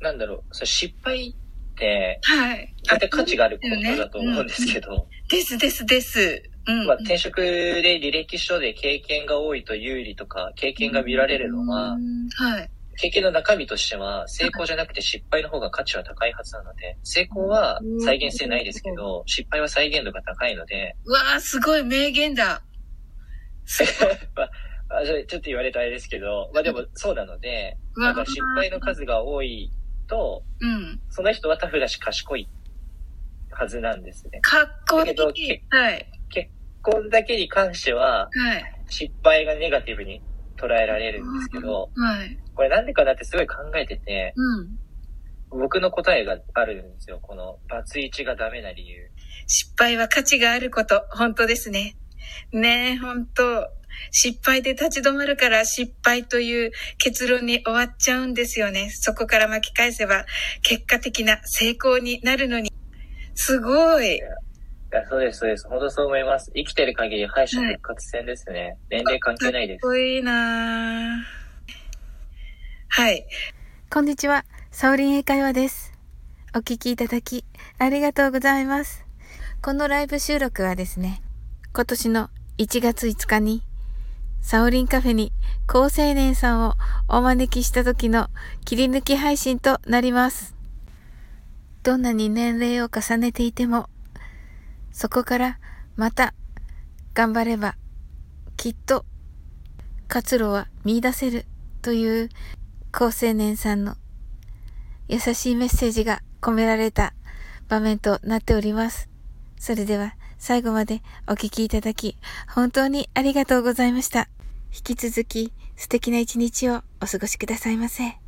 なんだろう、それ失敗って、はい。絶対価値があることだと思うんですけど、ですですです。うん。まあ、転職で履歴書で経験が多いと有利とか、経験が見られるのはう、んはい。経験の中身としては、成功じゃなくて失敗の方が価値は高いはずなので、成功は再現性ないですけど、失敗は再現度が高いので、うわー、すごい名言だ。すごいまあ、あそれちょっと言われたあれですけど、まあでもそうなので、うなわんか失敗の数が多いと、うん。その人はタフだし賢いはずなんですね。かっこいだけどけい。はい。こんだけに関しては、はい。失敗がネガティブに捉えられるんですけど、はい。これなんでかなってすごい考えてて、うん。僕の答えがあるんですよ。この、バツイチがダメな理由。失敗は価値があること。本当ですね。ねえ、本当失敗で立ち止まるから失敗という結論に終わっちゃうんですよね。そこから巻き返せば結果的な成功になるのに。すごい。いや、そうです、そうです。本当そう思います。生きてる限り敗者復活戦ですね。年齢関係ないでかすっ。こいいなぁはい。こんにちは、サオリン英会話です。お聞きいただき、ありがとうございます。このライブ収録はですね、今年の1月5日に、サオリンカフェに高青年さんをお招きした時の切り抜き配信となります。どんなに年齢を重ねていても、そこからまた頑張れば、きっと活路は見出せるという高青年さんの優しいメッセージが込められた場面となっております。それでは最後までお聞きいただき本当にありがとうございました。引き続き素敵な一日をお過ごしくださいませ。